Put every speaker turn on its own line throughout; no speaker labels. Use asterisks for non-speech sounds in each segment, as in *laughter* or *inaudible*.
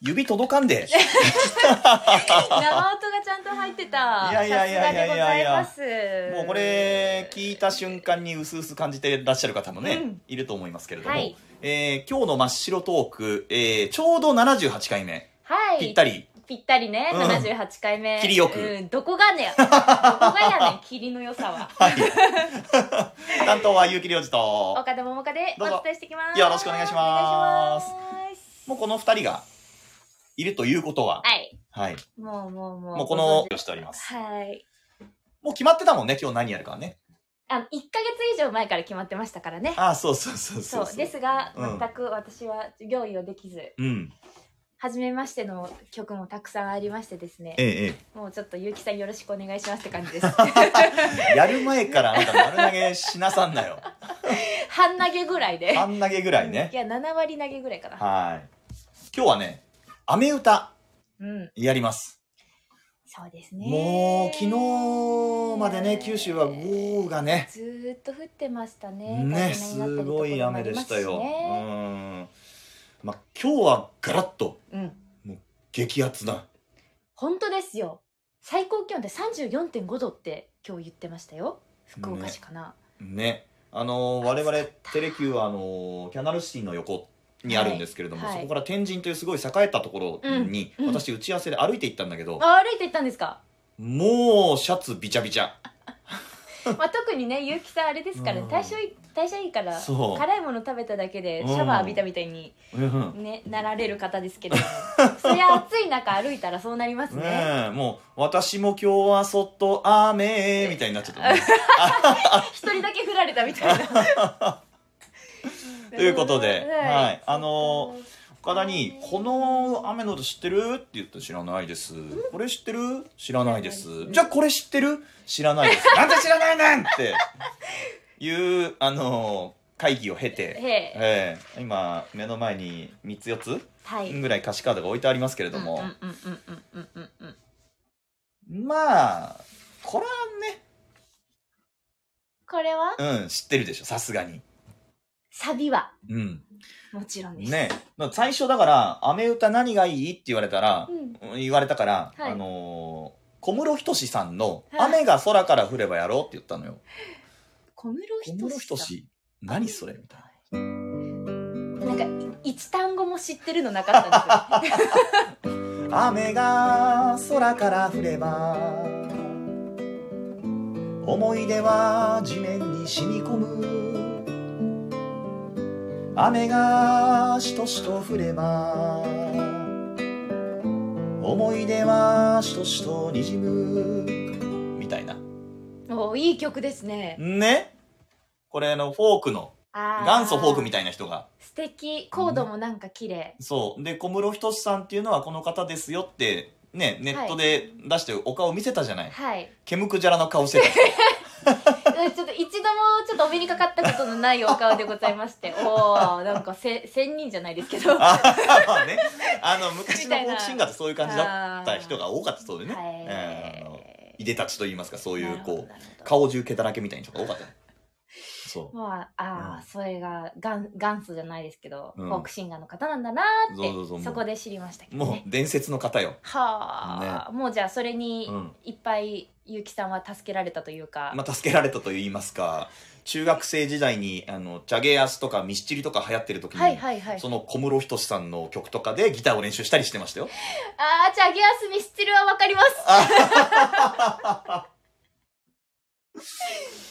指届かんで。
生音がちゃんと入ってた。
いやいやいやいやいやいや
さすがでございます。
もうこれ、聞いた瞬間にうすうす感じてらっしゃる方もね、
うん
いると思いますけれども、
はい
えー今日の真っ白トーク、えーちょうど78回目、
はい。
ぴったり。
ぴったりね、
うん
78回目。
切りよく
うん、どこがね、どこが
*laughs*
やねん、切りの良さは。
担当は結城良二と、
岡田桃佳で
ど
お
うぞ
伝えしてきます。
よろしくお願いします
お願いします
もうこの2人がいるということは、
はい。
はい、
もうもうもう。
もうこの
ご存知、で
しております。
はい。
もう決まってたもんね、今日何やるかね。
あの、1ヶ月以上前から決まってましたからね。
ああ、そうそうそうそ
そうう
そう。
ですが、
うん
全く私は料理をできず、
うん。
初めましての曲もたくさんありましてですね、
ええ、え
もうちょっと結城さんよろしくお願いしますって感じです。
え。 *laughs* やる前からあんた丸投げしなさんなよ。
半投げぐらいで。
半投げぐらい
うんい
ね。
や、7割投げぐらいかな。
はい。今日はね、雨歌
うん。
やります。
そうですね。
もう昨日までね、九州は豪雨がね、
ずーっと降ってましたね。
ね、
大
す
変なになったりとこ
ごい
ろもあ
雨
り
で
ま
し
す
たよ。う
ね
ん。まあ今日はガラッと
うん。
激アツな。
本当ですよ。最高気温で34.5度って今日言ってましたよ。福岡市かな。
ね。あのー我々テレキューはあのーキャナルシティの横にあるんですけれども、
はいはい
そこから天神というすごい栄えたところに、
うんうん
私打ち合わせで歩いて行ったんだけど、
あ、歩いて行ったんですか。
もうシャツびちゃびちゃ。
まあ、特にね、結城さんあれですから
う
ね
ん。
代謝いい、代謝いいから。
そう
辛いもの食べただけでシャワー浴びたみたいに、
うん
ね、なられる方ですけれど *laughs* もそりゃ暑い中歩いたらそうなりますね
ねえ、もう、私も今日はそっと雨みたいになっちゃったね、
一人だけ振られたみたいな。
*laughs* ということで、
は
はいい。あの、岡田に、この雨の音知ってるって言って知らないです。これ知ってる知らないで
知ら
す
ないで。す
じゃあこれ知ってる知らないです。なんで知らないねんって、いう、あの、会議を経
へ
て、
え
ええ今、目の前に3つ4
はい。
つぐらい歌詞カードが置いてありますけれども
うん、うんうんうんうんうんうん。
まあ、これ
これは
はね、うん、知ってるでしょ、さすがに。
サビは
うん。
もちろんです。
ねだから最初だから「アメ歌何がいい?」って言われたら
う、ん。
言われたから、
はい
あのー小室仁志さんの「
はい
雨が空から降ればやろう」って言ったのよ。
小室
小
仁
室
志さ
仁何それみたい
ん。なんかい一単語も知ってるのなかったんですよね。
な「雨が空から降れば思い出は地面に染み込む」「雨がしとしと降れば思い出はしとしとにじむ」みたいな。 *laughs*
おいい曲ですね。
ねこれあのフォークの元祖フォークみ
たい。
たいな人が
素敵。コードもなんか綺麗。
そうで小室仁さんっていうのはこの方ですよってねネットで出してお顔見せたじゃない、
はい。
ケムクジャラの顔してた人
うんちょっと一度もちょっとお目にかかったことのないお顔でございま
*laughs*
して。おー、なんかせ千人じゃないですけど。
あ
*laughs*
ーまあねあの昔のフォークシンガーってそういう感じだ
だ
った人が多かったそうでね、
はい
えーあのいでたちといいますかそういうこう
う
顔中毛だらけみたいな人が多かったそう
まあ、ああ、
うん
それが元元祖じゃないですけど、
うん
フォークシンガーの方なんだなーって
そうそうそうもう
そこで知りましたけど
も
ね
う伝説の方よ、
はあ、もうじゃあそれに
うん
いっぱい結城さんは助けられたというか、
まあ、助けられたと言いますか中学生時代にあのチャゲアスとかミスチルとか流行ってる時に、
はいはいはい
その小室仁さんの曲とかでギターを練習したりしてましたよ。
ああじゃあゲアスミスチルはわかります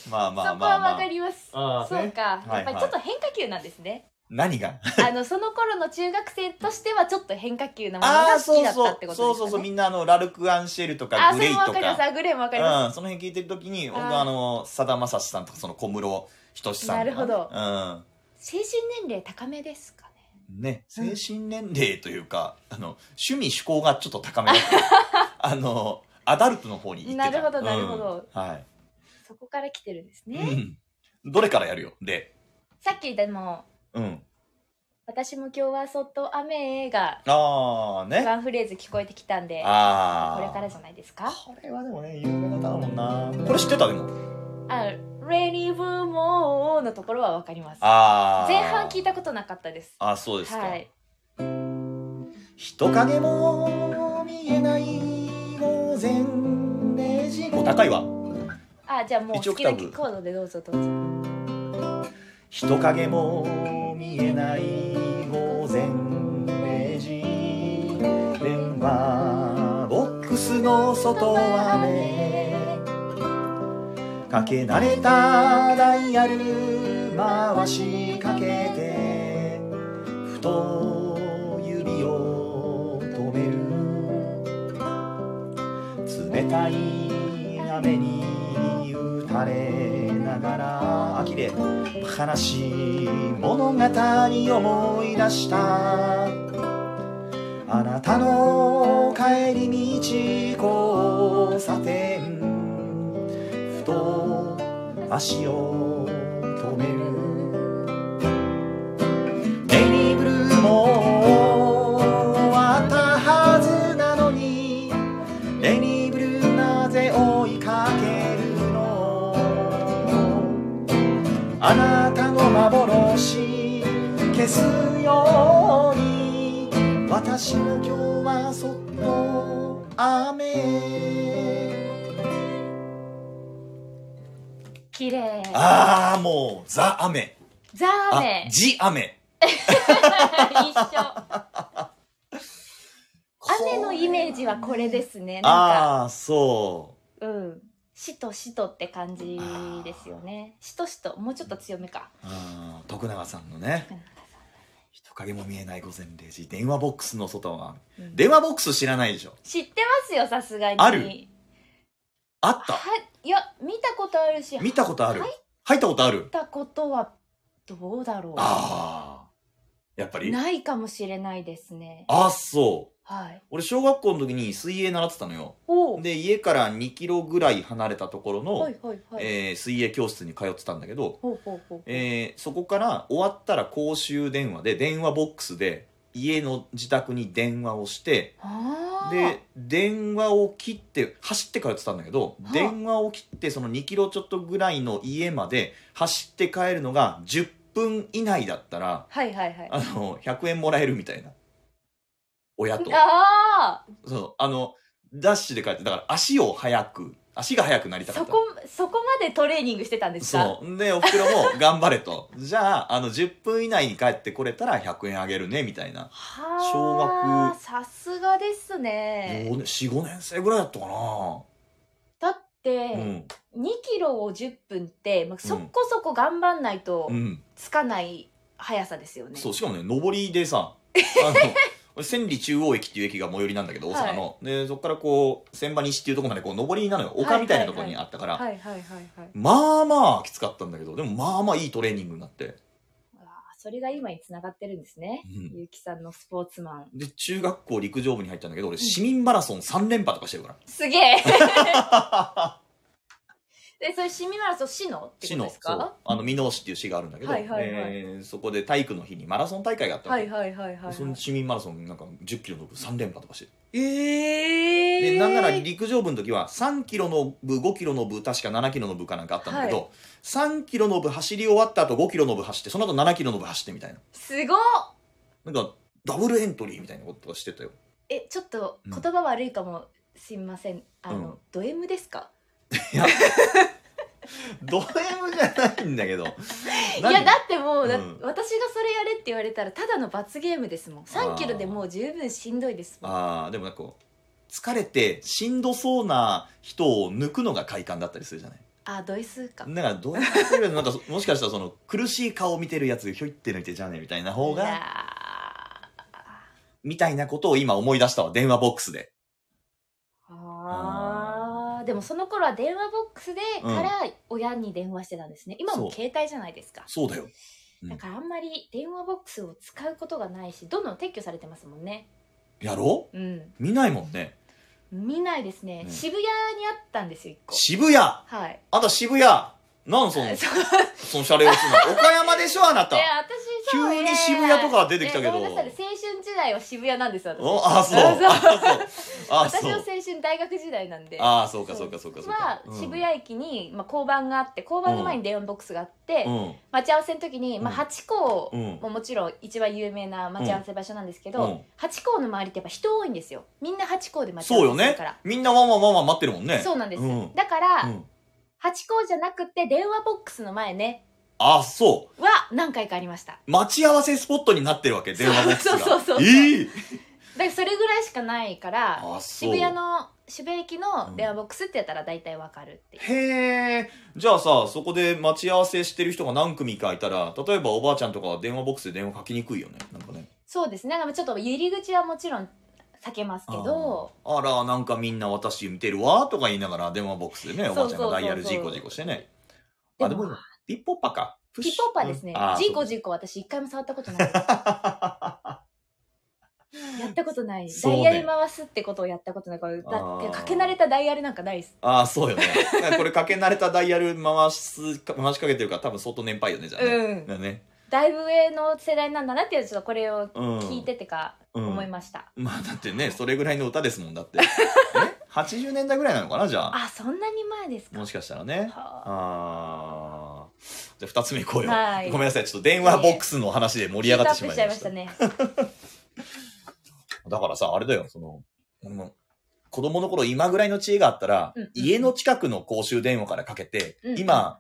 まあまあ
そこ
まあ
は
まあ。
わかります、
ああ
そう
ね、
か、
はいはい
やっぱりちょっと変化球なんですね
何が *laughs*
あのその頃の中学生としてはちょっと変化球なもの
あ
が
あ、
好き
そう
だ
そ
ったっ
う
て。ことですか、ね、
そうそうそう。みんなあの、ラルク・アンシェルと
あ
か
ー
グ
そ
レ
れ
イ
もわ
と
かります
か。
あグレーもわかります、
うん、その辺聞いてる時に、
ー
本当あの、さだまさしさんとかその小室仁さんとかね。
なるほど
うん。
精神年齢高めですかね
ね、
うん
精神年齢というか、あの、趣味趣向がちょっと高めだった
*laughs*
あの、アダルトの方に行ってた。
なるほどなるほど
うんはい。
そこから来てるんですね、
うん。どれからやるよで。
さっきでも
うん。
「私も今日はそっと雨が
ああ、ね。
ワンフレーズ聞こえてきたんで
ああ。
これからじゃないですか
これはでもね、有名な歌だもんな。これ知ってたでも。
あ「レニブーモー」のところはわかります
ああ。
前半聞いたことなかったです
あそうですか。
はい
人影も見えない午前0時お高いわ
あじゃあもう
一オ
好
ク
き
タ
な
ー
コ
ブ
ードでどうぞどうぞ
人影も見えない午前0時電話ボックスの外はねかけ慣れたダイヤル回しかけてふと指を止める冷たい雨に打たれながらあ綺麗悲しい物語思い出したあなたの帰り道交差点ふと足を止めるデイリーブルーも終わったはずなのにデイリーブルーなぜ追いかけるのあなたの幻消すように私も今日はそっと雨
綺麗
ああもうザ雨
ザーメ
あジ雨
*laughs* 一緒雨のイメージはこれですねなんか
ああそ
うんしとしとって感じですよねしとしともうちょっと強めか
ううん徳永さんのね
徳永
人影も見えない午前0時電話ボックスの外は
さんうん
電話ボックス知らないでしょ
知ってますよさすがに
あるあっ
は
た
いや見たことあるし
見たことある
入っ
入ったことある
たことはどうだろう
ああやっぱり
ないかもしれないですね
あそう
はい
俺小学校の時に水泳習ってたのよ
おう
で家から2キロぐらい離れたところの、
はいはいはい、
えー水泳教室に通ってたんだけど、
ほうほうほう
えーそこから終わったら公衆電話で電話ボックスで家の自宅に電話をして
あー
で電話を切って走って通ってたんだけど
はあ
電話を切ってその2キロちょっとぐらいの家まで走って帰るのが10分以内だったら
はいはいはい
あの100円もらえるみたいな親と
あ
そうあのダッシュで帰ってだから足を速く足が速くなりた
あ
かっ
そ
た
こそこまでトレーニングしてたんですか
そう。で、おふくろも *laughs* 頑張れと。じゃあ、あの、10分以内に帰ってこれたら100円あげるね、みたいな。
はあ
小学
さすがですね
もうね4、5年生ぐらいだったかな。
だって、
うん。
2キロを10分って、まあ、そこそこ頑張んないと
うん。
つかない速さですよね、
そう、しかもね、上りで
*laughs*
さ、あの、俺千里中央駅っていう駅が最寄りなんだけど、大阪の。で、そこからこう、千葉西っていうところまでこう、上りなのよ。丘みたいなところにあったから。
はいはいはいはい
まあまあきつかったんだけど、でもまあまあいいトレーニングになって。
うわあそれが今につながってるんですね、
うん
ゆうきさんのスポーツマン
で、中学校陸上部に入ったんだけど、俺市民マラソン3連覇とかしてるから。
すげ
*laughs*
えでそれ市民マラソン市のって
市
こと
の
です
そ
か
うあの箕面市っていう市があるんだけど、
はいはいはい
えーそこで体育の日にマラソン大会があったわ
は
け
いはいはいはい、はい、
その市民マラソンなんか1 0キロの部3連覇とかして、
ええー、
でなんなら陸上部の時は3キロの部5キロの部確か7キロの部かなんかあったんだけ
は
ど、3キロの部走り終わった後5キロの部走ってその後7キロの部走ってみたいな
すごっ
なんかダブルエントリーみたいなことはして
*laughs*
たよ
えちょっと
うん
言葉悪いかも、すいませんあの、
うん
ド M ですか
ド M じゃないんだけど
い
何
やだってもう、だ
うん
私がそれやれって言われたらただの罰ゲームですもん3キロでもう十分しんどいですもん
あーでもなんかこう疲れてしんどそうな人を抜くのが快感だったりするじゃない
あドイスか
だからどうやってるなんかそもしかしたらその苦しい顔を見てるやつひょいって抜いてじゃねえみたいな方
いや
がみたいなことを今思い出したわ電話ボックスで
ーあーでもその頃は電話ボックスでから親に電話してたんですね、今
そう
も携帯じゃないですか
そうだようん
だからあんまり電話ボックスを使うことがないしどんどん撤去されてますもんね
やろ
うん
う見ないもんね
見ないですね、
うん
渋谷にあったんですよ一個
渋谷あ
はい
んた渋谷あなんそ
*laughs*
のそのシャレオツな岡山でしょあなた
いや私そう
急に渋谷とか出てきたけど
いやごめんなさい青春時代は渋谷なんですよ私
おあそう
あそ
あ
う私
そう
の
あ
青
そう
春大学時代なんで
あそうかそうかそうかそうか
は渋谷駅に、まあ、交番があって交番の前に電話ボックスがあって、
うんうん
待ち合わせの時に、まあ、
うん
八甲
うん
ももちろん一番有名な待ち合わせ場所なんですけど、
うん
八甲の周りってやっぱ人多いんですよみんな八甲で待ち
そう
合
よ
わせする
ね
から
みんなワンワンワンワン待ってるもんね
そうなんです、
うん
だから、
うん
八甲じゃなくて電話ボックスの前ね
あそ
は何回かありました
う待ち合わせスポットになってるわけ電話ボックスが
そうそうそうそう
ええ
だからそれぐらいしかないから
あそう
渋谷の渋谷駅の電話ボックスってやったら大体わかるっていう、
へえじゃあさそこで待ち合わせしてる人が何組かいたら例えばおばあちゃんとかは電話ボックスで電話かけにくいよねなんかね
そうですねなんかちょっと入り口はもちろん避けますけど
あらなんかみんな私見てるわとか言いながら電話ボックスでねおばあちゃんがダイヤルジーコジーコしてねあで
でも
もピッポッパかプッ
ピ
シュ
ッポッパですね
うんあ。
ジーコ
そう
ジーコ私一回も触ったこと
*laughs*
ない。やったことない。
そう
ダイ
ね
ヤル回すってことをやったことない。これだ
あー
ってかけ慣れたダイヤルなんかないです。
あーそうよね *laughs* だからこれかけ慣れたダイヤル回すか回しかけてるから多分相当年配よねじゃあね、
うん
だね
だいぶ上の世代なんだなっていうのをちょっとこれを
うん
聞いててか
うん
思いました。
まあだってねそれぐらいの歌ですもんだ
*laughs*
ってえ80年代ぐらいなのかなじゃあ
あ、そんなに前ですか
もしかしたらね
はあ
あーじゃあ2つ目いこうよ、
はい
ごめんなさいちょっと電話ボックスの話で盛り上がってしまいました
*laughs* ヒートアップしちゃいましたね。
だからさあれだよその俺も子供の頃今ぐらいの知恵があったら、
うん
家の近くの公衆電話からかけて、
うん
今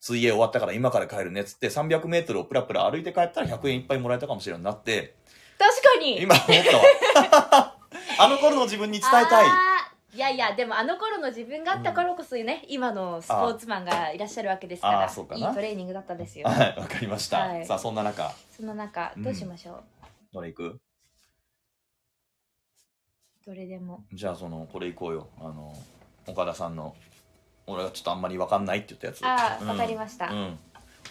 水泳終わったから今から帰るねっつって300メートルをプラプラ歩いて帰ったら100円いっぱいもらえたかもしれんようになって、
確かに
今思ったわ。 *laughs* あの頃の自分に伝えたい。
あーいやいや、でもあの頃の自分があったからこそね、今のスポーツマンがいらっしゃるわけですか、
あーそうからない
いトレーニングだったですよ。
はい、わかりました。
はい
さあ、そんな中、
その中、どうしましょう
どれ行く
どれでも。
じゃあ、その、これ行こうよ。あの、岡田さんの、俺はちょっとあんまりわかんないって言ったやつ。
ああ、
うん
わかりました。
うん。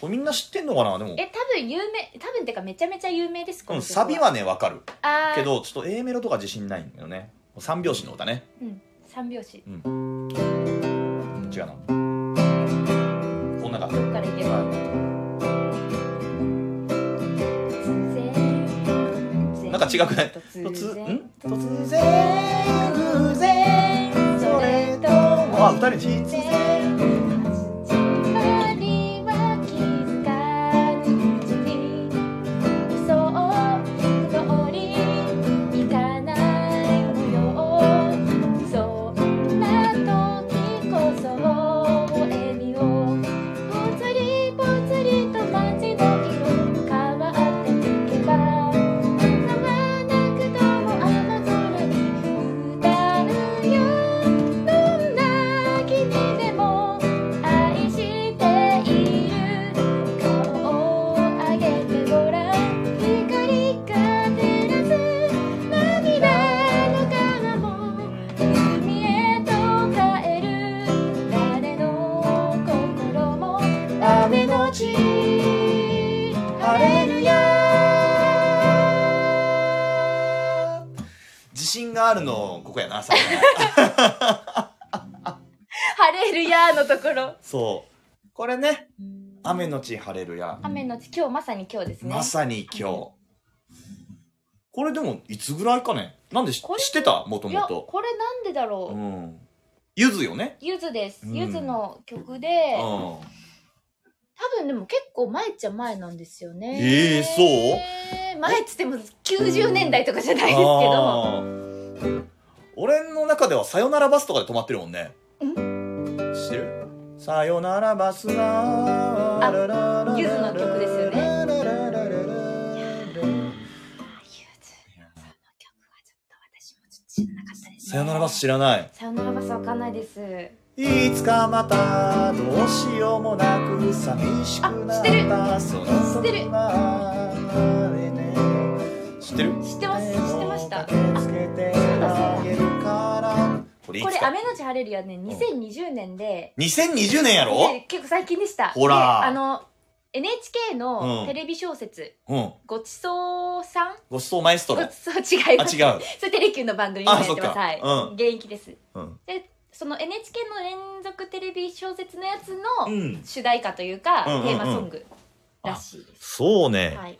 これみんな知ってんのかなでも。
え多分有名多分ってかめちゃめちゃ有名ですこ
う
の
ん、
曲
サビはね、わかる。
あー
けど、ちょっと A メロとか自信ないんだよね。三拍子の歌ね。
うん三拍子
うん違うな。こんな感じ。
ここからいける
なんか違くない突
突
然
然
突然偶然それともあ二人で突然
光は気づかぬうちにそう通り行かないのよそんな時こそ笑みをぽつりぽつりと街の色変わっていけば変わなくとも青空に歌うよどんな君でも愛している顔を上げてごらん光が照らす涙の川も海へと変える誰の心も
雨のち晴れるや自信があるのここやな最後
晴れるやーのところ
そうこれね雨のち晴れるや
雨のち今日まさに今日ですね
まさに今日これでもいつぐらいかねなんで知
これ
知ってたもと
い
も
や
と
これなんでだろ
う
うん
ゆずよね
ゆずです
うん
ゆずの曲で、
うん
多分でも結構前っちゃ前なんですよね
えーそう
前っつっても90年代とかじゃないですけど
あー俺の中では「さよならバス」とかで止まってるもんね知ってるさよならバスが
あゆずの曲ですよねゆずさんの曲はちょっと私もちょっと知らなかったです、ね、
さよならバス知らない
さよならバスわかんないです
いつかまたどうしようもなく寂しくな
あ知って
ったその
知ってる
時はあれね知ってる
知ってます知ってましたあ
これい
こ
つ
れ「
か
雨のち晴れる」やね2020年で、
2020年やろ
で結構最近でした
ほら
であの NHK
うん
のテレビ小説
うん
「ごちそうさん」
ごちそうマエスト
ご
ロ
ちそう違い
あ *laughs*
ます
違う
それテレキューの番組今やって
あそっ
ます
か
はい、
うん
現役です
うん
でその NHK の連続テレビ小説のやつ
う
の
ん。
主題歌というか、
うんうんうん
テーマソングらしいです。
そうね。
はい、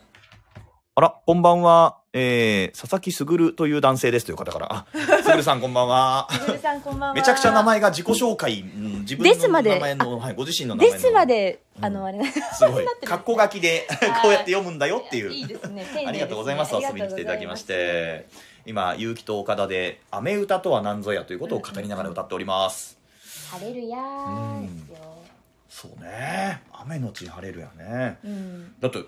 あら、こんばんは。えー、佐々木卓という男性ですという方から。あ、卓さんこんばん *laughs* は。
みぐるさんこんばんは。
めちゃくちゃ名前が自己紹介。うん自分
ですま
の
で
名前の、はい、ご自身の名前
で
の。
すまで、
うん
あの、あれ、
す *laughs* ごい
なって。る
格好書きで、こうやって読むんだよっていう。
いいですね。丁寧ですね
ありがとうございます。遊びに来ていただきまし。て。今、結城と岡田で、雨歌とは何ぞやということを語りながら歌っております。
晴れるやーですよ。
そうね。雨のち晴れるやね。
うん。
だって、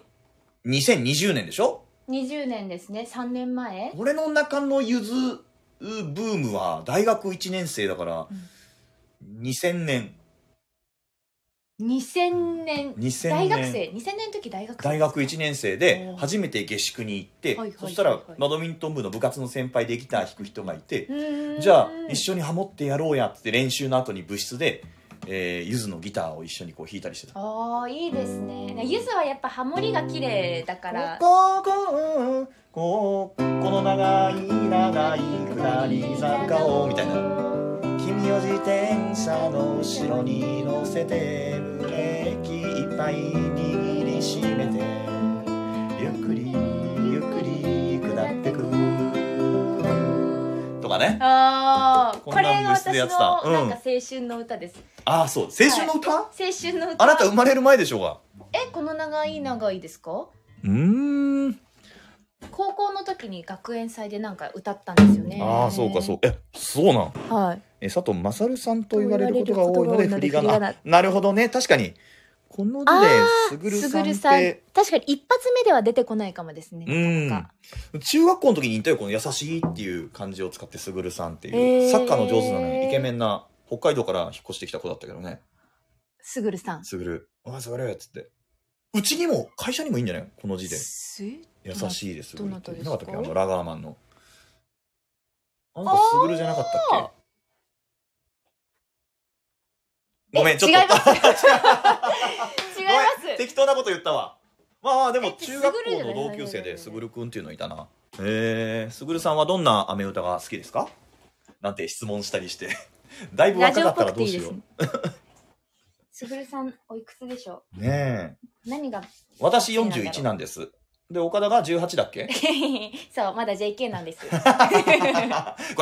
2020年でしょ
20年ですね。3年前。
俺の中のゆずブームは大学1年生だから、2000年
2000年。
2000年
大学生。2000年の時大学生。
大学1年生
お
で
ー
初めて下宿に行って、
はいはいはいはい
そしたらバドミントン部の部活の先輩でギター弾く人がいて、
うーん。
じゃあ一緒にハモってやろうやっつって練習の後に部室で、えー、ゆずのギターを一緒にこう弾いたりしてた。
ああ、いいですね。ゆずはやっぱハモリが綺麗だから。
ここここの長い長い下り坂をみたいな君を自転車の後ろに乗せてブレーキいっぱい握りしめてゆっくりゆっくり下ってくとかね
ああ、
こ
こ
ん
れ
なん
が
部室
私
で
の
やっ
なん
て
か
たうん
青春の歌です。
ああそう青春の歌、
青春の歌。
あなた生まれる前でしょうが
え、この長い長いですか？
うーん
高校の時に学園祭でなんか歌ったんですよね。
ああそうかそうえそうなん
う。はい。
え佐藤勝さんと言われることが多いので振り仮
と言われることが多いので振り仮名
名あなるほどね確かにこの
あ
字です
ー
ぐる
す
さ
ぐ
ん
る
っ
さん
て。
確かに一発目では出てこないかもですね。
うん
か
中学校の時にいたよこの「優しい」っていう漢字を使って「すぐるさん」っていう、
へー
サッカーの上手なねイケメンな北海道から引っ越してきた子だったけどね
すぐるさ
「
ん。
すぐるお前すぐる」っつってうちにも会社にもいいんじゃないこの字です「優しいです」
どなた
い
です
な
か
かったっけあのラガーマンのあんたすぐるじゃなかったっけ
え
ごめんちょっと
違います
*laughs*
違い
ごめん
ます。
適当なこと言ったわまあまあでも
え
中学校
すぐるじゃな
の
い
同級生ですぐるくんっていうのいたなへえすぐるさんはどんな雨歌が好きですかなんて質問したりして *laughs* だいぶ
ラ
若
ジ
か
オ
っ
ったぽ
ら
く
ど
て
う
い
し
いで
よ
す
う
ね。すぐるさんおいくつでしょ
ねえ
う？何が？ *laughs*
私41なんですで岡田が18だっ
*laughs*
け
そうまだ JK なんです。すい
こら
ませ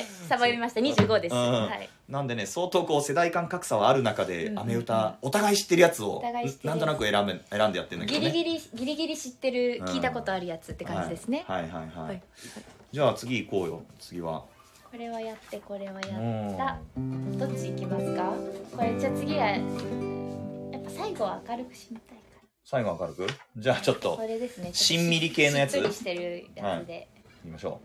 んさば読みました25です。
うん
はい。
なんでね相当こう世代間格差はある中で
うん
雨歌お互い知ってるやつを
お互い知ってる
なんとなく選べ選んでやってるんだけ
ギ
どね
リギリギリギリ知ってる
うん
聞いたことあるやつって感じですね。
はいはいはいは
はいい
じゃあ次行こうよ次は
これはやってこれは
う
や
ん
った。どっち行きますか？これじゃあ次はやっぱ最後は明るく締めたいか
最後明るくじゃあちょっ
ら。
と
これですね。
しんみり系のやつ
しっとりしてるやつで。
行きましょ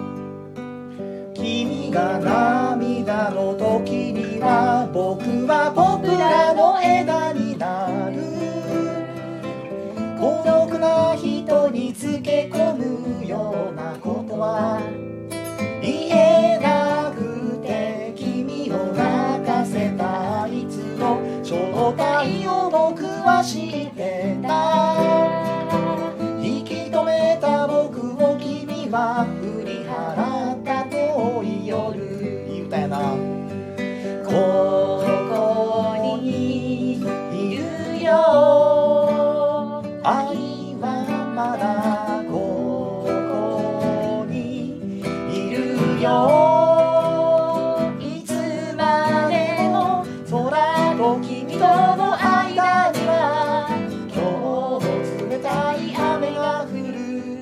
う君が涙の時には僕は僕らの枝になる孤独な人につけ込むようなことは言えなくて君を泣かせたいつの正体を僕は知ってた引き止めた僕を君は振り払った遠い夜いい歌やなここにいるよ愛はまだここにいるよいつまでも空と君との間には今日も冷たい雨が降る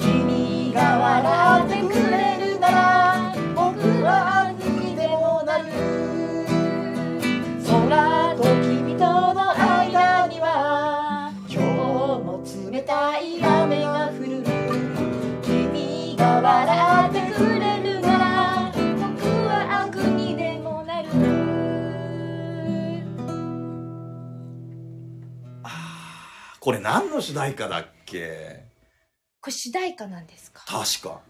君が笑ってくれるなら僕は安にでもなる空と君との間には今日も冷たい雨が降る
君が笑ってくれるなら僕は悪にでもなる
これ何の主題歌だっけ
これ主題歌なんですか
確か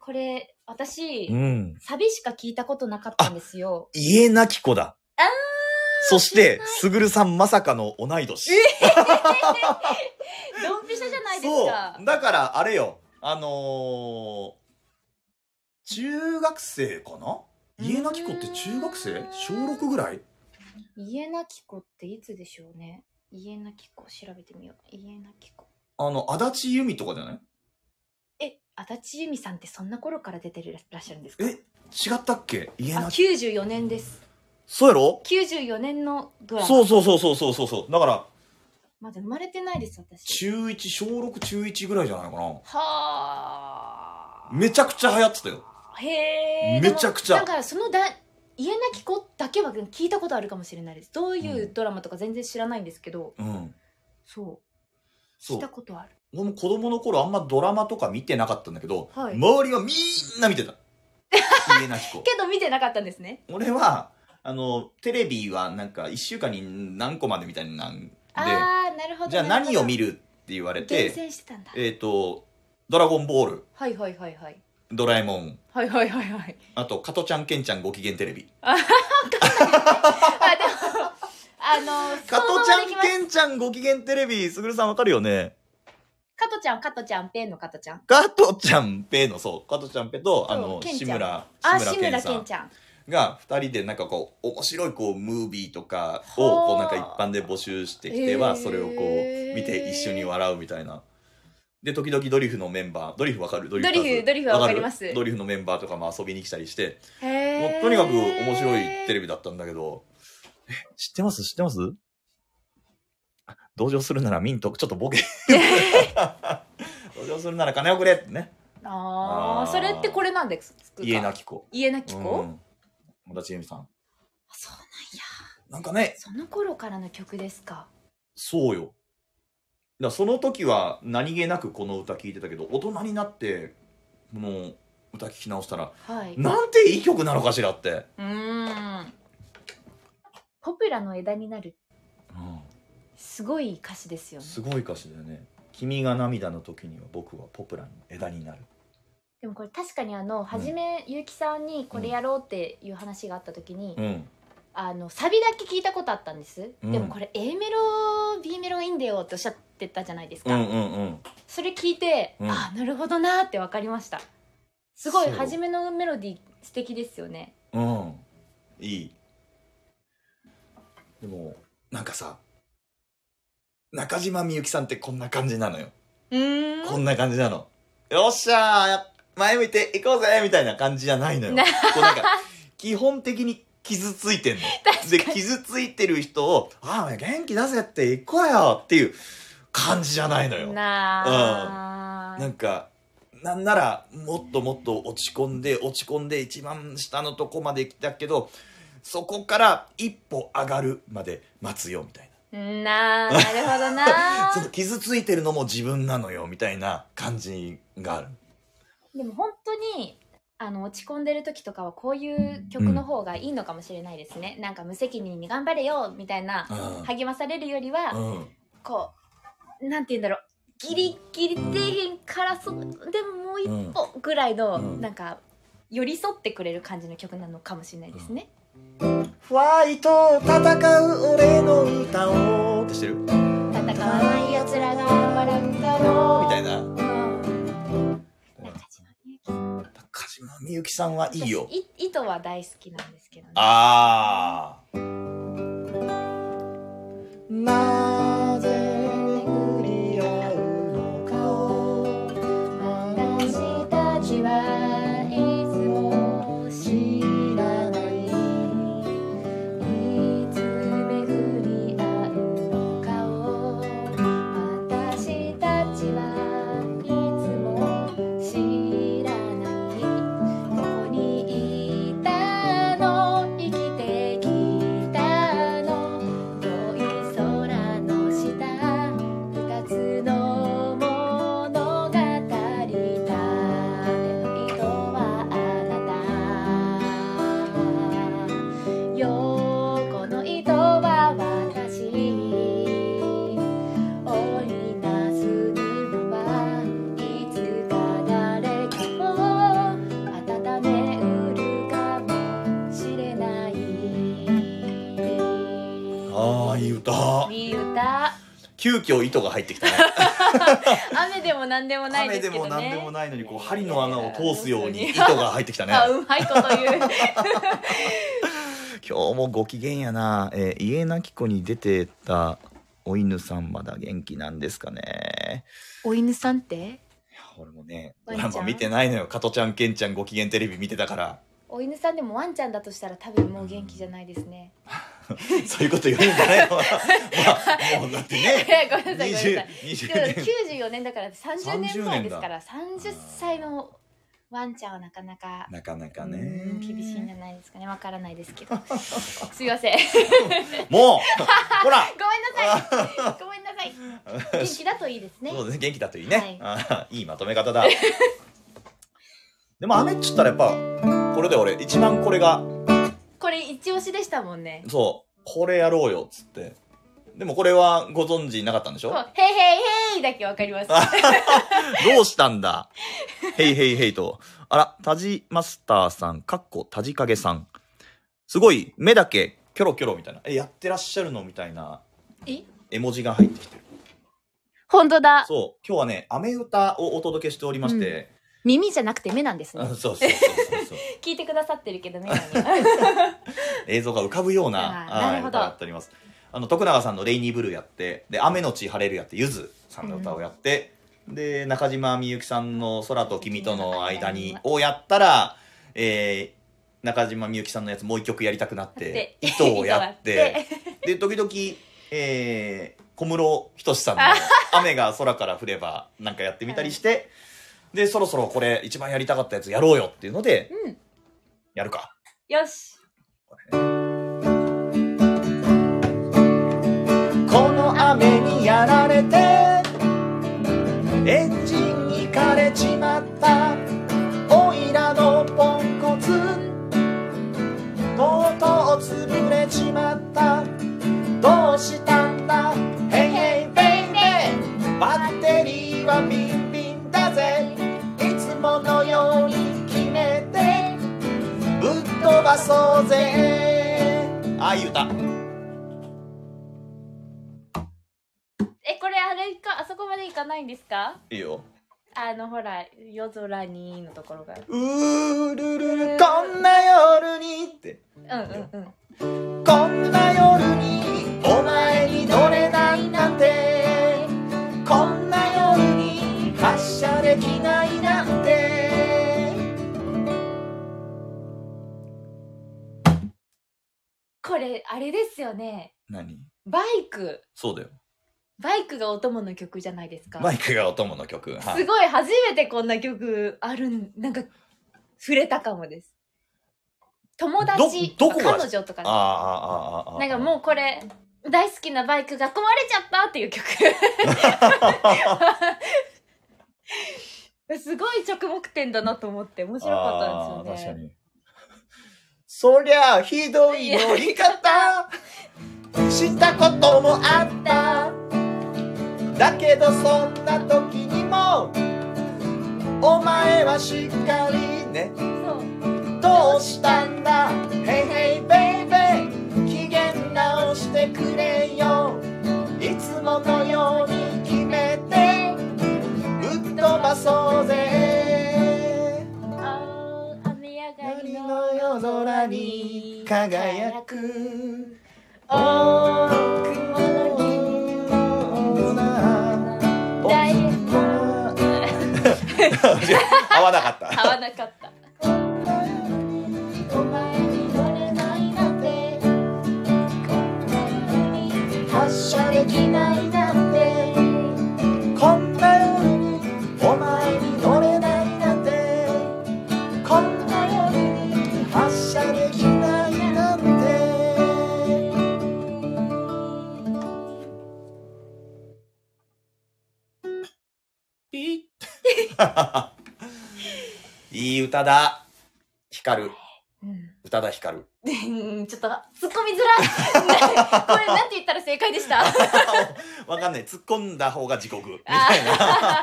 これ私
ん
サビしか聞いたことなかったんですよ
家なき子だ
あー
そしてすぐるさんまさかの同い年
ドンピシャじゃないです
そ
か
うだからあれよあの中学生かな家なき子って中学生小6ぐらい
家なき子っていつでしょうね家なき子調べてみよう家なき子
あの、足立由美とかじゃない
え足立由美さんってそんな頃から出てるらっしゃるんですか
え違ったっけ家
あ
なき
94年です
そうやろ
94年のドラマ
そうそうそうそうそうそうそう。だから、
まだ生まれてないです私
中1、小6、中1ぐらいじゃないかな。
はあ
めちゃくちゃ流行ってたよ。
へえ
めちゃくちゃ
だからそのだ家なき子だけは聞いたことあるかもしれないですどういうドラマとか全然知らないんですけど、
うん。
そう
そ
聞いうた。ことある
俺も子供の頃あんまドラマとか見てなかったんだけど、
はい
周りはみんな見てた。家なき子。
*laughs* けど見てなかったんですね
俺は、あの、テレビはなんか1週間に何個までみたいなんで、
ああなるほど
じゃあ何を見
る
るって言われ
厳
て、
選してたんだ
えっ、と、ドラゴンボール、
はいはいはいはい
ドラえもん、
はいはいはいはい
あと、加トちゃん、ケンちゃんご機嫌テレビ。
あでも *laughs* あの
加
その
ト
ま
ち
ま
ゃ
で
ん、
きます
ケンちゃんご機嫌テレビ、すぐるさんわかるよね。
加トちゃん加トちゃんペンの加トちゃん
加トちゃんペの、そう、加トちゃんペと、
そう
あの、
ケンち
志
ゃん
村、志
あ
村
志
け
村
んさ
けん
ん
ちゃん
が、二人でなんかこう、面白いこう、ムービーとかを、
はあ
こうなんか一般で募集してきて
へ
は、
ー
それをこう、見て一緒に笑うみたいな。で、時々ドリフのメンバー、ドリフわかるド
ドリフドリフはわかります
ドリフのメンバーとかも遊びに来たりして、
へ
も
え
うとにかく面白いテレビだったんだけど、え知ってます知ってますあ同情するならミント、ちょっとボ
*laughs*
ケ。同情するなら金をくれってね。あ
あ
ー
あそれってこれなんですか
家なき子。
家なき子、
うん。友達ゆみさん。
そうなんや
なんかね、
その頃からの曲ですか
そうよ。だからその時は何気なくこの歌聴いてたけど、大人になって、この歌聴き直したら、
はい
なんていい曲なのかしらって。
うーんポプラの枝になる
うん
すごい歌詞ですよね
すごい歌詞だよね。君が涙の時には僕はポプラの枝になる。
でもこれ確かにあの初め結城さんにこれやろうっていう話があった時に、
うん。
あのサビだけ聞いたことあったんです、
うん
でもこれ A メロ B メロがいいんだよっておっしゃってたじゃないです
う
か、
んうんうん。
それ聞いて、
うん
ああなるほどなーって分かりましたすごい
そう
初めのメロディー素敵ですよね
うん。いい。でも、なんかさ、中島みゆきさんってこんな感じなのよ。
うーん
こんな感じなの。よっしゃー前向いていこうぜみたいな感じじゃないのよ。こうな
な
んか、基本的に傷ついてんの。で、傷ついてる人を、ああ、元気出せって行こうよっていう感じじゃないのよ。
なあ、
なんか、なんなら、もっともっと落ち込んで、落ち込んで、一番下のとこまで来たけど、そこから一歩上がるまで待つよ、みたい
なあなるほどな
な。*laughs*
ー
その傷ついてるのも自分なのよ、みたいな感じがある。
でも本当にあの落ち込んでる時とかはこういう曲の方がいいのかもしれないですね、なんか無責任に頑張れよみたいな
うん
励まされるよりは、
うん。
こうなんて言うんだろうギリギリ底辺からそでももう一歩ぐらいの、
うん
なんか寄り添ってくれる感じの曲なのかもしれないですね、
ファイト戦う俺の歌をってしてるみ
戦わないやつらが笑ったろ
たいな
うん中島みゆきさん
中島みゆきさんはいいよ
私い糸は大好きなんですけどね
あーなぜ巡り合うのかを
私たちはいつも知らないいつ巡り合うのかを私たちはいつも知らないここにいたの生きてきたの遠い空の下二つの物語種の糸はあなた横の糸は私織りなす布はいつか誰かを温めうるかもしれない
あーいい歌
いい歌
急遽糸が入ってきたね
雨でもなんでもない
雨
ですけ
で
どね
も何でもないのにこう針の穴を通すように
いや
糸が入ってきたね
*laughs* あうまいこと言う
*laughs* 今日もご機嫌やな、えー家なき子に出てたお犬さんまだ元気なんですかね
お犬さんって
いや俺もねド
ワンち
ラ
ゃん
マ見てないのよ加トちゃんケンちゃんご機嫌テレビ見てたから
お犬さんでもワンちゃんだとしたら多分もう元気じゃないですね、
そういうこと言うんじゃないのまあもうだってね
*laughs* *laughs* ごめんなさいごめんなさい
20
でも
年
94年だから30年前ですから
年だ
30, 歳のワンちゃんはなかなか
なかなか
う
ね
ん厳しいんじゃないですかねわからないですけど *laughs* すいませんごめんな
もうほら
*laughs* さいごめんなさい元気だといいですね
そうですね元気だといいね、あーいいまとめ方だでも雨っつったらやっぱこれで俺一番これが
これ一押しでしたもんね
そうこれやろうよっつってでもこれはご存知なかったんでし
そ
ょ
う「へいへいへい」だけわかります
あどうしたんだヘイヘイヘイと。あら、タジマスターさん、かっこタジカゲさん。すごい、目だけ、キョロキョロみたいな。え、やってらっしゃるのみたいな
え
絵文字が入ってきてる。
本当だ
そう、今日はね、アメ歌をお届けしておりまして。
耳じゃなくて目なんです
あ
ね
そうそうそうそうそう。
聞いてくださってるけど目なんで *laughs*
映像が浮かぶような、
あー
はい
なるほ
歌
ど
やっております。あの徳永さんの「レイニーブルー」やってで「雨のち晴れる」やってゆずさんの歌をやって、で中島みゆきさんの「空と君との間に」をやったら、えー中島みゆきさんのやつもう一曲やりたくなって「
で
*laughs* 糸」をや
*laughs*
ってで時々、えー小室仁さんの *laughs* 「雨が空から降れば」なんかやってみたりして、でそろそろこれ一番やりたかったやつやろうよっていうので
うん
やるか。
よし
この雨にやられてエンジンいかれちまったおいらのポンコツとうとう潰れちまったどうしたんだヘイヘイベイベーバッテリーはビンビンだぜいつものように決めてぶっ飛ばそうぜああいう歌
えこれあれかあそこまで行かないんですか
いいよ
あのほら夜空にのところが
うーるるるこんな夜にって
うんうんうん
こんな夜にお前に乗れないなんてこんな夜に発車できないなんて
これあれですよね
何
バイク
そうだよ
バイクがお供の曲じゃないですか、
マイクがお供の曲は
す
い
ごい初めてこんな曲あるんなんか触れたかもです友達
どどこが
彼女と
あああ
か
あああ
なんかもうこれ大好きなバイクが壊れちゃったってい
*laughs*
う曲 *laughs* すごい着目点だなと思って面白かったんです
あー確
よ
か
ね
にそりゃあひどい乗り方したこともあっただけどそんな時にもお前はしっかりね
そう
どうしたんだヘイヘイベイベー機嫌直してくれよいつものように決めてぶっ飛ばそうぜ
あー雨上がり
何
の
の
夜
夜
空
空
に
に
輝
輝
く
く
大大
*laughs* 合わなかった
合わなかった
お前に乗れないなんて発車できないなんてこんな夜にお前に乗れないなんてこんな夜に発車できないなんてピッいい歌だ光る
うん
宇多田ヒカル。
うーんちょっと、突っ込みづ *laughs* らい。これ、なんて言ったら正解でした
*laughs* わかんない。突っ込んだ方が地獄。みたいな。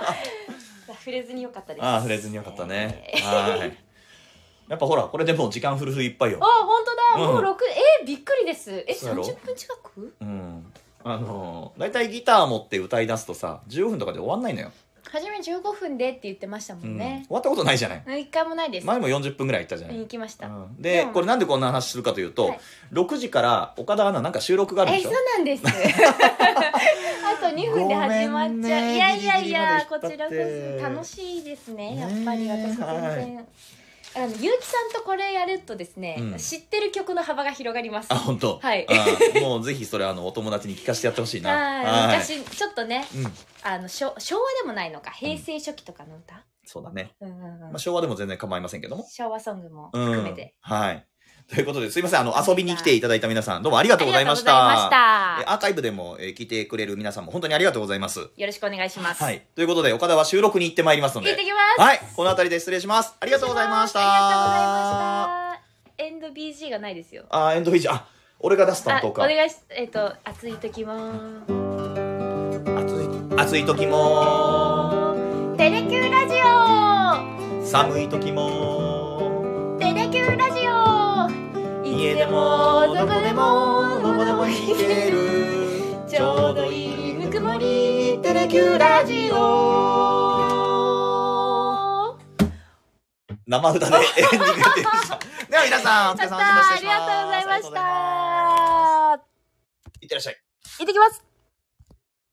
触れずによかったです。
ああ、触れずによかったね。はい。やっぱほら、これでもう時間フルフルいっぱいよ
あ、。本当だ。もう
うん
六、えーびっくりです。え、
そうやろ
30分近く
うん。あの大体ギター持って歌い出すとさ15分とかで終わんないのよ、
初め15分でって言ってましたも
うん
んね
終、わったことないじゃない
うん、一回もないです
前も40分ぐらい行ったじゃない、
行きました、
うんで
も
これなんでこんな話するかというと、
はい
6時から岡田アナなんか収録があるで
え
し
そ
ょ
うなん
*laughs*
ですあと2分で始ま
ご
っ
めん
ちゃう、
ね
いやいやいや
ギ
こ
リギリまで引っ張って
ちらこそ楽しいですねやっぱり
ねえ
私全然、あのゆうきさんとこれやるとですね、
うん
知ってる曲の幅が広がります
あ本当。
はい
あもうぜひそれあのお友達に聞かせてやってほしいな
はい
はい
昔ちょっとね
うん
あの昭昭和でもないのか平成初期とかの歌、
そうだね、
うんうんうん
まあ、昭和でも全然構いませんけども
昭和ソングも
うん
含めて、
はいということですいませんあの遊びに来ていただいた皆さんどうもありがとうございまし
ありがとうご
た
ざい
え
ました
アーカイブでもえー聞いてくれる皆さんも本当にありがとうございます
よろしくお願いします、
はいということで岡田は収録に行ってまいりますの
行っ
で
てきます
はいこの辺りで失礼しますありがとうございましたあ
ありがとうございましたエンド BG がないですよ
ーエンドフィジーあ俺が出す担
あ
当
お
か
願いしえっ、と暑い時も
暑い暑い時も
テレキューラジ
寒い時も
オテレキューラジオ
家でもど
ど
こ
こ
で
で
もど
も
こでも行けるちょうどいいぬくもりテレキューラジオ生歌でエンディングで *laughs* したでは皆さんお疲れ
や
様でし
ったー
た
ありがとう
あ
ございまし
りがとうございま
た
すいってらっしゃい
行ってきます